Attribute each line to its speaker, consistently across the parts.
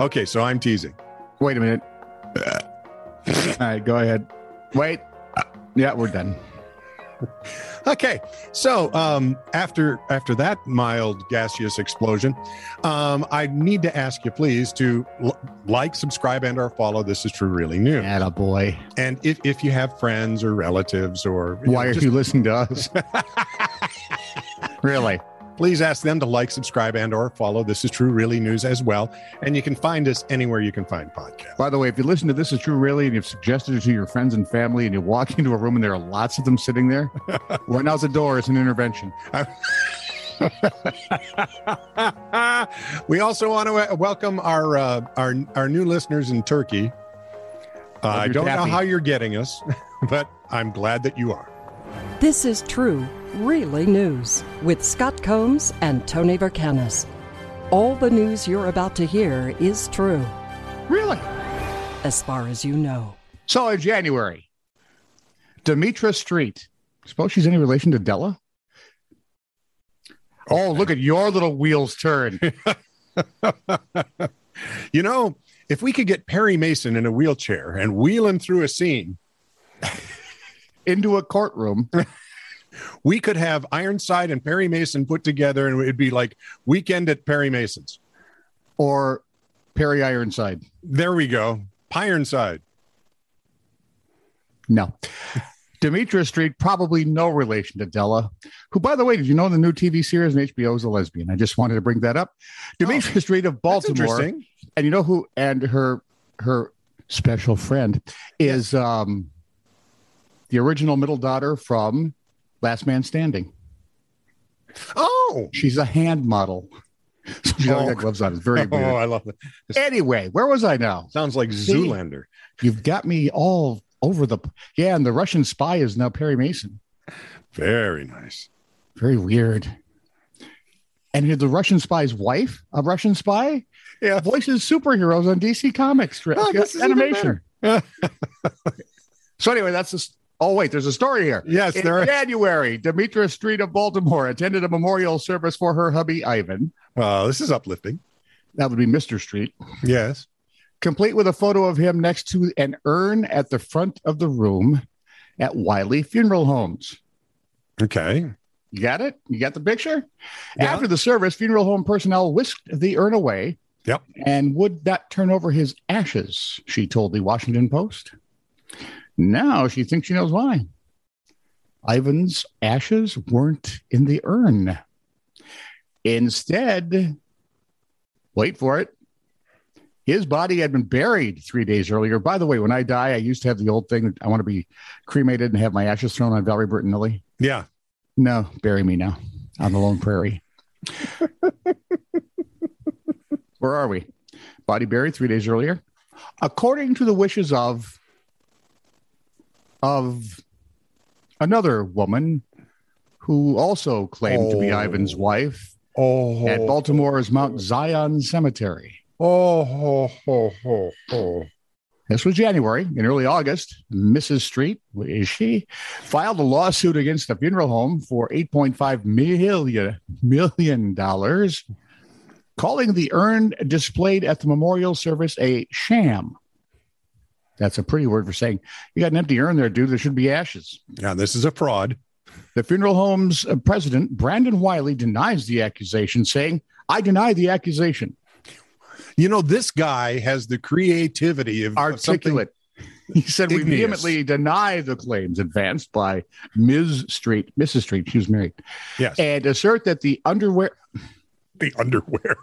Speaker 1: Okay, so I'm teasing.
Speaker 2: Wait a minute. All right, go ahead. Wait. Yeah, we're done.
Speaker 1: Okay, so um, after after that mild gaseous explosion, um, I need to ask you please to l- like, subscribe, and or follow. This is true, really new.
Speaker 2: Atta boy.
Speaker 1: And if if you have friends or relatives or you know,
Speaker 2: Why are
Speaker 1: just
Speaker 2: you listening to us? really?
Speaker 1: please ask them to like, subscribe, and or follow. This is true, really news as well. And you can find us anywhere you can find podcasts.
Speaker 2: By the way, if you listen to this is true, really, and you've suggested it to your friends and family, and you walk into a room and there are lots of them sitting there, run out the door is an intervention.
Speaker 1: we also want to uh, welcome our uh, our our new listeners in Turkey. Uh, I
Speaker 2: you're
Speaker 1: don't know
Speaker 2: tapping.
Speaker 1: how you're getting us, but I'm glad that you are.
Speaker 3: This is true, really news with Scott Combs and Tony Vercanis. All the news you're about to hear is true,
Speaker 2: Really?
Speaker 3: as far as you know.
Speaker 2: So in January, Demetra Street. Suppose she's any relation to Della? Oh, look at your little wheels turn.
Speaker 1: You know, if we could get Perry Mason in a wheelchair and wheel him through a scene,
Speaker 2: into a courtroom.
Speaker 1: we could have Ironside and Perry Mason put together, and it'd be like weekend at Perry Mason's.
Speaker 2: or Perry Ironside.
Speaker 1: There we go, Ironside.
Speaker 2: No. Demetra Street, probably no relation to Della, who, by the way, did you know in the new TV series on HBO is a lesbian? I just wanted to bring that up. Demetra Street of
Speaker 1: Oh. That's
Speaker 2: Baltimore.
Speaker 1: interesting.
Speaker 2: And you know who, and her her special friend is um, the original middle daughter from Last Man Standing.
Speaker 1: Oh,
Speaker 2: She's a hand model. So she's always
Speaker 1: Oh.
Speaker 2: got gloves on. It's very
Speaker 1: oh,
Speaker 2: weird.
Speaker 1: I love that.
Speaker 2: Anyway, where was I now?
Speaker 1: Sounds like Zoolander.
Speaker 2: You've got me all over the. Yeah, and the Russian spy is now Perry Mason.
Speaker 1: Very nice.
Speaker 2: Very weird. And the Russian spy's wife, a Russian spy,
Speaker 1: Yeah.
Speaker 2: voices superheroes on DC Comics
Speaker 1: Oh, this is even
Speaker 2: animation.
Speaker 1: better.
Speaker 2: so anyway, that's just. Oh wait, there's a story here.
Speaker 1: Yes,
Speaker 2: In
Speaker 1: there are-
Speaker 2: January, Demetra Street of Baltimore attended a memorial service for her hubby Ivan.
Speaker 1: Wow, Oh, this is uplifting.
Speaker 2: That would be Mister Street,
Speaker 1: Yes.
Speaker 2: complete with a photo of him next to an urn at the front of the room at Wiley Funeral Homes.
Speaker 1: Okay.
Speaker 2: You got it? You got the picture?
Speaker 1: Yeah.
Speaker 2: After the service, funeral home personnel whisked the urn away.
Speaker 1: Yep.
Speaker 2: And would not turn over his ashes, she told the Washington Post. Now she thinks she knows why. Ivan's ashes weren't in the urn. Instead, wait for it. His body had been buried three days earlier. By the way, when I die, I used to have the old thing that I want to be cremated and have my ashes thrown on Valerie Bertinelli.
Speaker 1: Yeah.
Speaker 2: No, bury me now on the Lone Prairie. Where are we? Body buried three days earlier. According to the wishes of of another woman who also claimed to be
Speaker 1: Oh.
Speaker 2: Ivan's wife
Speaker 1: Oh.
Speaker 2: at Baltimore's Mount Zion Cemetery.
Speaker 1: Oh, ho, ho, ho, ho.
Speaker 2: This was January. In early August, Mrs. Street, where is she, filed a lawsuit against the funeral home for $8.5 million, million dollars, calling the urn displayed at the memorial service a sham. That's a pretty word for saying you got an empty urn there, dude. There should be ashes.
Speaker 1: Yeah, this is a fraud.
Speaker 2: The funeral home's uh, president, Brandon Wiley, denies the accusation, saying, I deny the accusation.
Speaker 1: You know, this guy has the creativity of of something-
Speaker 2: articulate. He said we
Speaker 1: Igneous.
Speaker 2: vehemently deny the claims advanced by Ms. Street, Mrs. Street, she was married,
Speaker 1: Yes.
Speaker 2: and assert that the underwear.
Speaker 1: the underwear.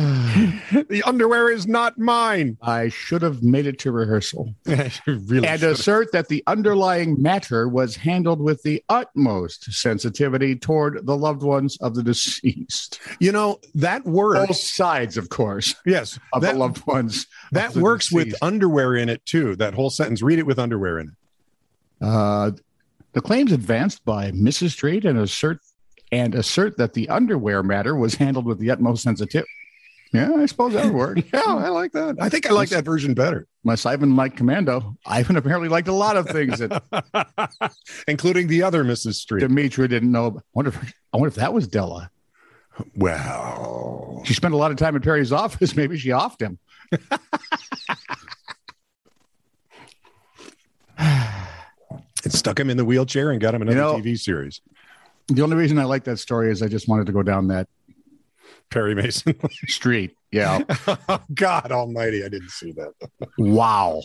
Speaker 2: I
Speaker 1: the underwear is not mine.
Speaker 2: should have made it to rehearsal.
Speaker 1: You really
Speaker 2: And
Speaker 1: should've.
Speaker 2: assert that the underlying matter was handled with the utmost sensitivity toward the loved ones of the deceased.
Speaker 1: you know that
Speaker 2: Both
Speaker 1: works.
Speaker 2: sides, of course,
Speaker 1: yes,
Speaker 2: Oh, of
Speaker 1: that,
Speaker 2: the loved ones. of
Speaker 1: that
Speaker 2: the
Speaker 1: works with
Speaker 2: deceased.
Speaker 1: underwear in it too. That whole sentence. Read it with underwear in it.
Speaker 2: Uh, the claims advanced by Mrs. Street and assert and assert that the underwear matter was handled with the utmost sensitivity. Yeah, I suppose that would work.
Speaker 1: Yeah, I like that. I think I like that version better,
Speaker 2: Unless Ivan liked Commando, Ivan apparently liked a lot of things that
Speaker 1: including the other Mrs. Street.
Speaker 2: Demetra didn't know. About. Wonder if I wonder if that was Della.
Speaker 1: Well,
Speaker 2: She spent a lot of time in Perry's office. Maybe she offed him.
Speaker 1: It stuck him in the wheelchair and got him another
Speaker 2: You know-
Speaker 1: TV series.
Speaker 2: The only reason I like that story is I just wanted to go down that
Speaker 1: Perry Mason.
Speaker 2: Oh.
Speaker 1: Oh,
Speaker 2: street. Yeah.
Speaker 1: God Almighty, I didn't see that.
Speaker 2: wow.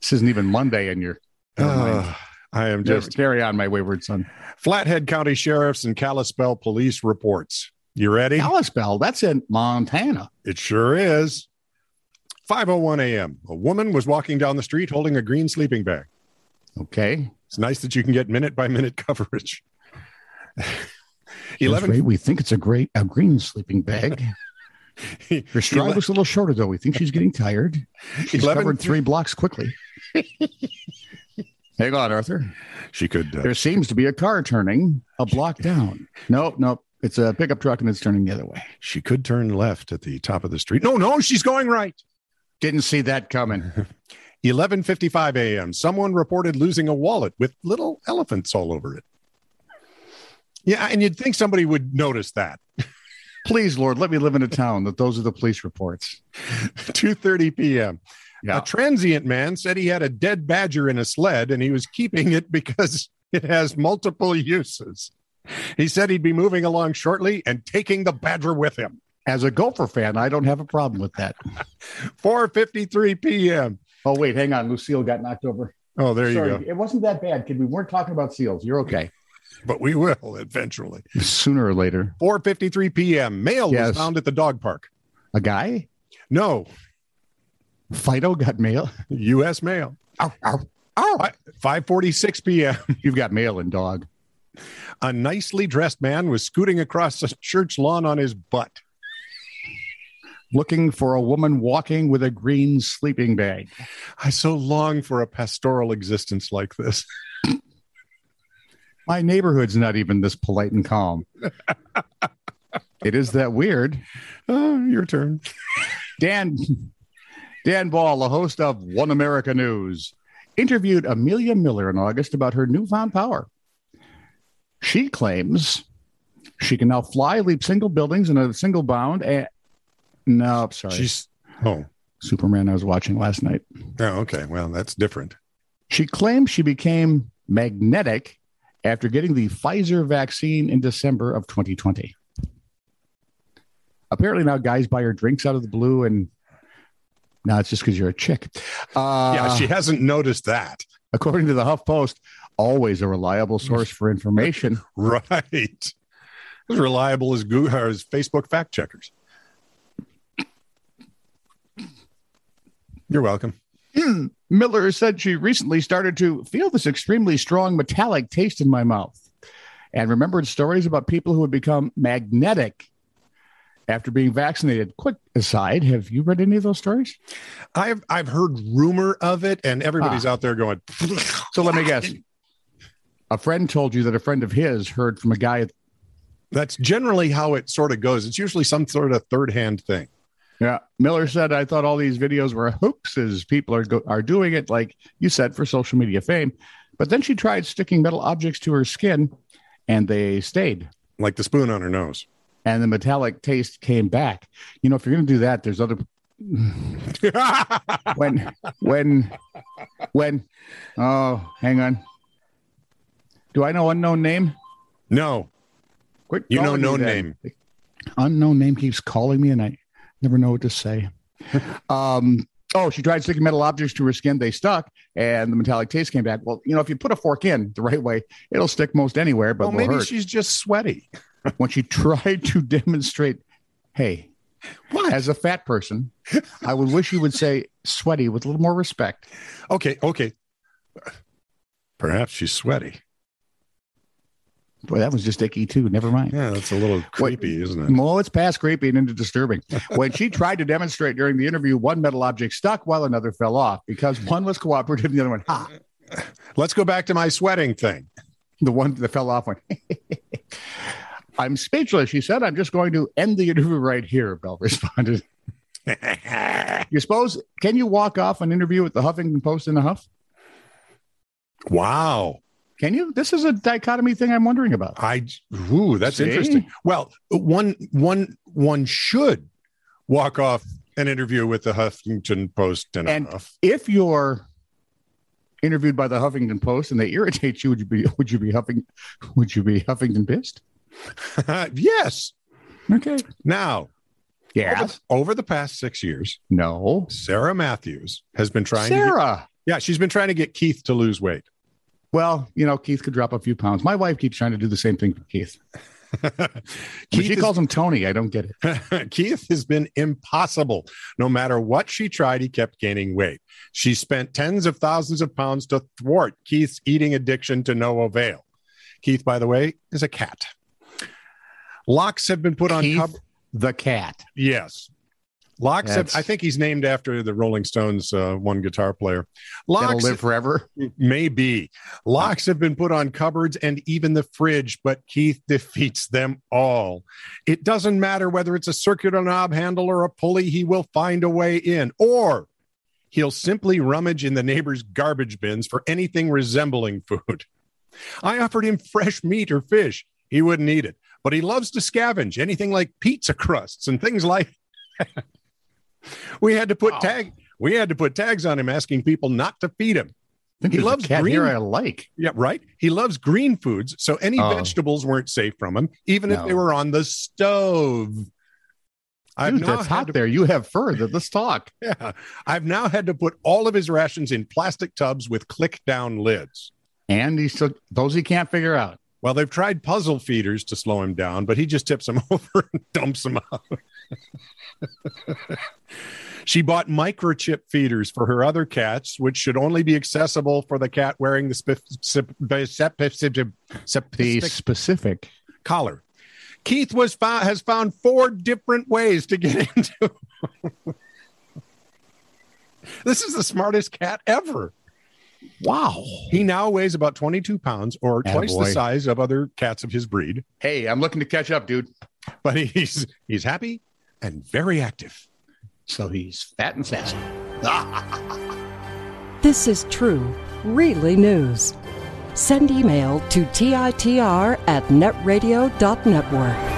Speaker 2: this isn't even Monday, and you're Never mind.
Speaker 1: Ah, I am
Speaker 2: just
Speaker 1: just
Speaker 2: carry on, my wayward son.
Speaker 1: Flathead County Sheriffs and Kalispell Police reports. You ready?
Speaker 2: Kalispell, that's in Montana.
Speaker 1: It sure is. 5:01 a.m. A woman was walking down the street holding a green sleeping bag.
Speaker 2: Okay.
Speaker 1: It's nice that you can get minute by minute coverage.
Speaker 2: That's
Speaker 1: 11
Speaker 2: right. We think it's a great a green sleeping bag. Her stride was a little shorter, though. We think she's getting tired. She's
Speaker 1: 11
Speaker 2: covered three blocks quickly. Hang on, Arthur.
Speaker 1: She could. Uh,
Speaker 2: There seems to be a car turning a block down. Nope, nope. It's a pickup truck and it's turning the other way.
Speaker 1: she could turn left at the top of the street. No, no, she's going right.
Speaker 2: Didn't see that coming.
Speaker 1: 11:55 a.m. Someone reported losing a wallet with little elephants all over it. Yeah, and you'd think somebody would notice that.
Speaker 2: Please, Lord, let me live in a town that those are the police reports.
Speaker 1: 2:30 p.m.
Speaker 2: Yeah.
Speaker 1: A transient man said he had a dead badger in a sled and he was keeping it because it has multiple uses. He said he'd be moving along shortly and taking the badger with him.
Speaker 2: As a Gopher fan, I don't have a problem with that.
Speaker 1: 4:53 p.m.
Speaker 2: Oh, wait, hang on. Lucille got knocked over.
Speaker 1: Oh, there
Speaker 2: Sorry,
Speaker 1: you go.
Speaker 2: It wasn't that bad, kid. We weren't talking about seals. You're okay.
Speaker 1: But we will eventually.
Speaker 2: Sooner or later,
Speaker 1: 4:53 p.m. Mail
Speaker 2: Yes.
Speaker 1: was found at the dog park.
Speaker 2: a guy,
Speaker 1: No,
Speaker 2: Fido got mail.
Speaker 1: U.S. mail.
Speaker 2: Ow, ow, ow.
Speaker 1: 5:46 p.m.
Speaker 2: You've got mail and dog.
Speaker 1: A nicely dressed man was scooting across a church lawn on his butt.
Speaker 2: Looking for a woman walking with a green sleeping bag.
Speaker 1: I so long for a pastoral existence like this.
Speaker 2: My neighborhood's not even this polite and calm. it is that weird.
Speaker 1: Oh, your turn.
Speaker 2: Dan Dan Ball, the host of One America News, interviewed Amelia Miller in August about her newfound power. She claims she can now fly, leap single buildings in a single bound. And no, I'm sorry,
Speaker 1: She's oh,
Speaker 2: Superman. I was watching last night.
Speaker 1: oh, okay. Well, that's different.
Speaker 2: She claims she became magnetic after getting the Pfizer vaccine in December of 2020. Apparently, now guys buy her drinks out of the blue, and now it's just because you're a chick. Uh,
Speaker 1: yeah, she hasn't noticed that.
Speaker 2: according to the HuffPost, always a reliable source for information.
Speaker 1: Right. As reliable as Google or as Facebook fact checkers. You're welcome.
Speaker 2: Miller said she recently started to feel this extremely strong metallic taste in my mouth and remembered stories about people who had become magnetic after being vaccinated. Quick aside, have you read any of those stories?
Speaker 1: I've I've heard rumor of it, and everybody's out there going.
Speaker 2: So let me guess. A friend told you that a friend of his heard from a guy.
Speaker 1: That's generally how it sort of goes. It's usually some sort of third hand thing.
Speaker 2: Yeah. Miller said, I thought all these videos were hoaxes. People are, go- are doing it, like you said, for social media fame. But then she tried sticking metal objects to her skin and they stayed.
Speaker 1: like the spoon on her nose.
Speaker 2: and the metallic taste came back. You know, if you're going to do that, there's other when when when oh, hang on. Do I know unknown name?
Speaker 1: no,
Speaker 2: Quick,
Speaker 1: you know no name.
Speaker 2: Unknown name keeps calling me, and I never know what to say. um. Oh, she tried sticking metal objects to her skin. They stuck, and the metallic taste came back. Well, you know, if you put a fork in the right way, it'll stick most anywhere, but
Speaker 1: Well,
Speaker 2: will
Speaker 1: maybe
Speaker 2: hurt.
Speaker 1: she's just sweaty.
Speaker 2: when she tried to demonstrate, hey,
Speaker 1: What?
Speaker 2: as a fat person, I would wish you would say sweaty with a little more respect.
Speaker 1: okay, okay. Perhaps she's sweaty.
Speaker 2: Boy, that was just icky too. Never mind.
Speaker 1: Yeah, that's a little
Speaker 2: Wait.
Speaker 1: creepy, isn't it?
Speaker 2: Well, it's past creepy and into disturbing. When she tried to demonstrate during the interview, one metal object stuck while another fell off because one was cooperative and the other one, ha.
Speaker 1: Let's go back to my sweating thing.
Speaker 2: The one that fell off went, I'm speechless. She said, I'm just going to end the interview right here, Bell responded. You suppose, can you walk off an interview with the Huffington Post in a huff?
Speaker 1: wow.
Speaker 2: Can you? This is a dichotomy thing I'm wondering about.
Speaker 1: I ooh, that's
Speaker 2: See?
Speaker 1: interesting. Well, one one one should walk off an interview with the Huffington Post and,
Speaker 2: And- If you're interviewed by the Huffington Post and they irritate you, would you be would you be huffing would you be Huffington pissed?
Speaker 1: yes.
Speaker 2: Okay.
Speaker 1: Now,
Speaker 2: Yeah.
Speaker 1: over, over the past six years,
Speaker 2: No.
Speaker 1: Sarah Matthews has been trying. To get,
Speaker 2: Sarah.
Speaker 1: yeah, she's been trying to get Keith to lose weight.
Speaker 2: Well, you know, Keith could drop a few pounds. My wife keeps trying to do the same thing for Keith. When
Speaker 1: Keith
Speaker 2: she
Speaker 1: is-
Speaker 2: calls him Tony. I don't get it.
Speaker 1: Keith has been impossible. No matter what she tried, he kept gaining weight. She spent tens of thousands of pounds to thwart Keith's eating addiction to no avail. Keith, by the way, is a cat. Locks have been put on
Speaker 2: Keith
Speaker 1: cover.
Speaker 2: the cat.
Speaker 1: Yes. Locks have,
Speaker 2: That's-
Speaker 1: I think he's named after the Rolling Stones uh, one guitar player.
Speaker 2: That'll
Speaker 1: Locks
Speaker 2: live forever.
Speaker 1: Maybe. Locks have been put on cupboards and even the fridge, but Keith defeats them all. It doesn't matter whether it's a circular knob handle or a pulley, he will find a way in, or he'll simply rummage in the neighbor's garbage bins for anything resembling food. I offered him fresh meat or fish. He wouldn't eat it, but he loves to scavenge anything like pizza crusts and things like we had to put
Speaker 2: Wow.
Speaker 1: tag we had to put tags on him asking people not to feed him.
Speaker 2: I think
Speaker 1: He
Speaker 2: he loves
Speaker 1: loves
Speaker 2: a cat
Speaker 1: green-
Speaker 2: here I like.
Speaker 1: Yeah, right. He loves green foods, so any
Speaker 2: Oh.
Speaker 1: vegetables weren't safe from him, even if
Speaker 2: No.
Speaker 1: they were on the stove. I've
Speaker 2: Dude,
Speaker 1: now
Speaker 2: that's
Speaker 1: had
Speaker 2: hot there. You have fur. Th- Let's talk.
Speaker 1: to, yeah, I've now had to put all of his rations in plastic tubs with click down lids.
Speaker 2: And he still those he can't figure out.
Speaker 1: Well, they've tried puzzle feeders to slow him down, but he just tips them over and dumps them out. she bought microchip feeders for her other cats, which should only be accessible for the cat wearing the spef- sep- sep- sep-
Speaker 2: The
Speaker 1: sep-
Speaker 2: specific.
Speaker 1: collar. Keith was found, has found four different ways to get into. this is the smartest cat ever.
Speaker 2: Wow.
Speaker 1: He now weighs about 22 pounds or twice the
Speaker 2: Attaboy.
Speaker 1: size of other cats of his breed,
Speaker 2: Hey, I'm looking to catch up, dude.
Speaker 1: but he's he's happy and very active.
Speaker 2: So he's fat and sassy.
Speaker 3: This is true, really news. Send email to TITR at netradio.network.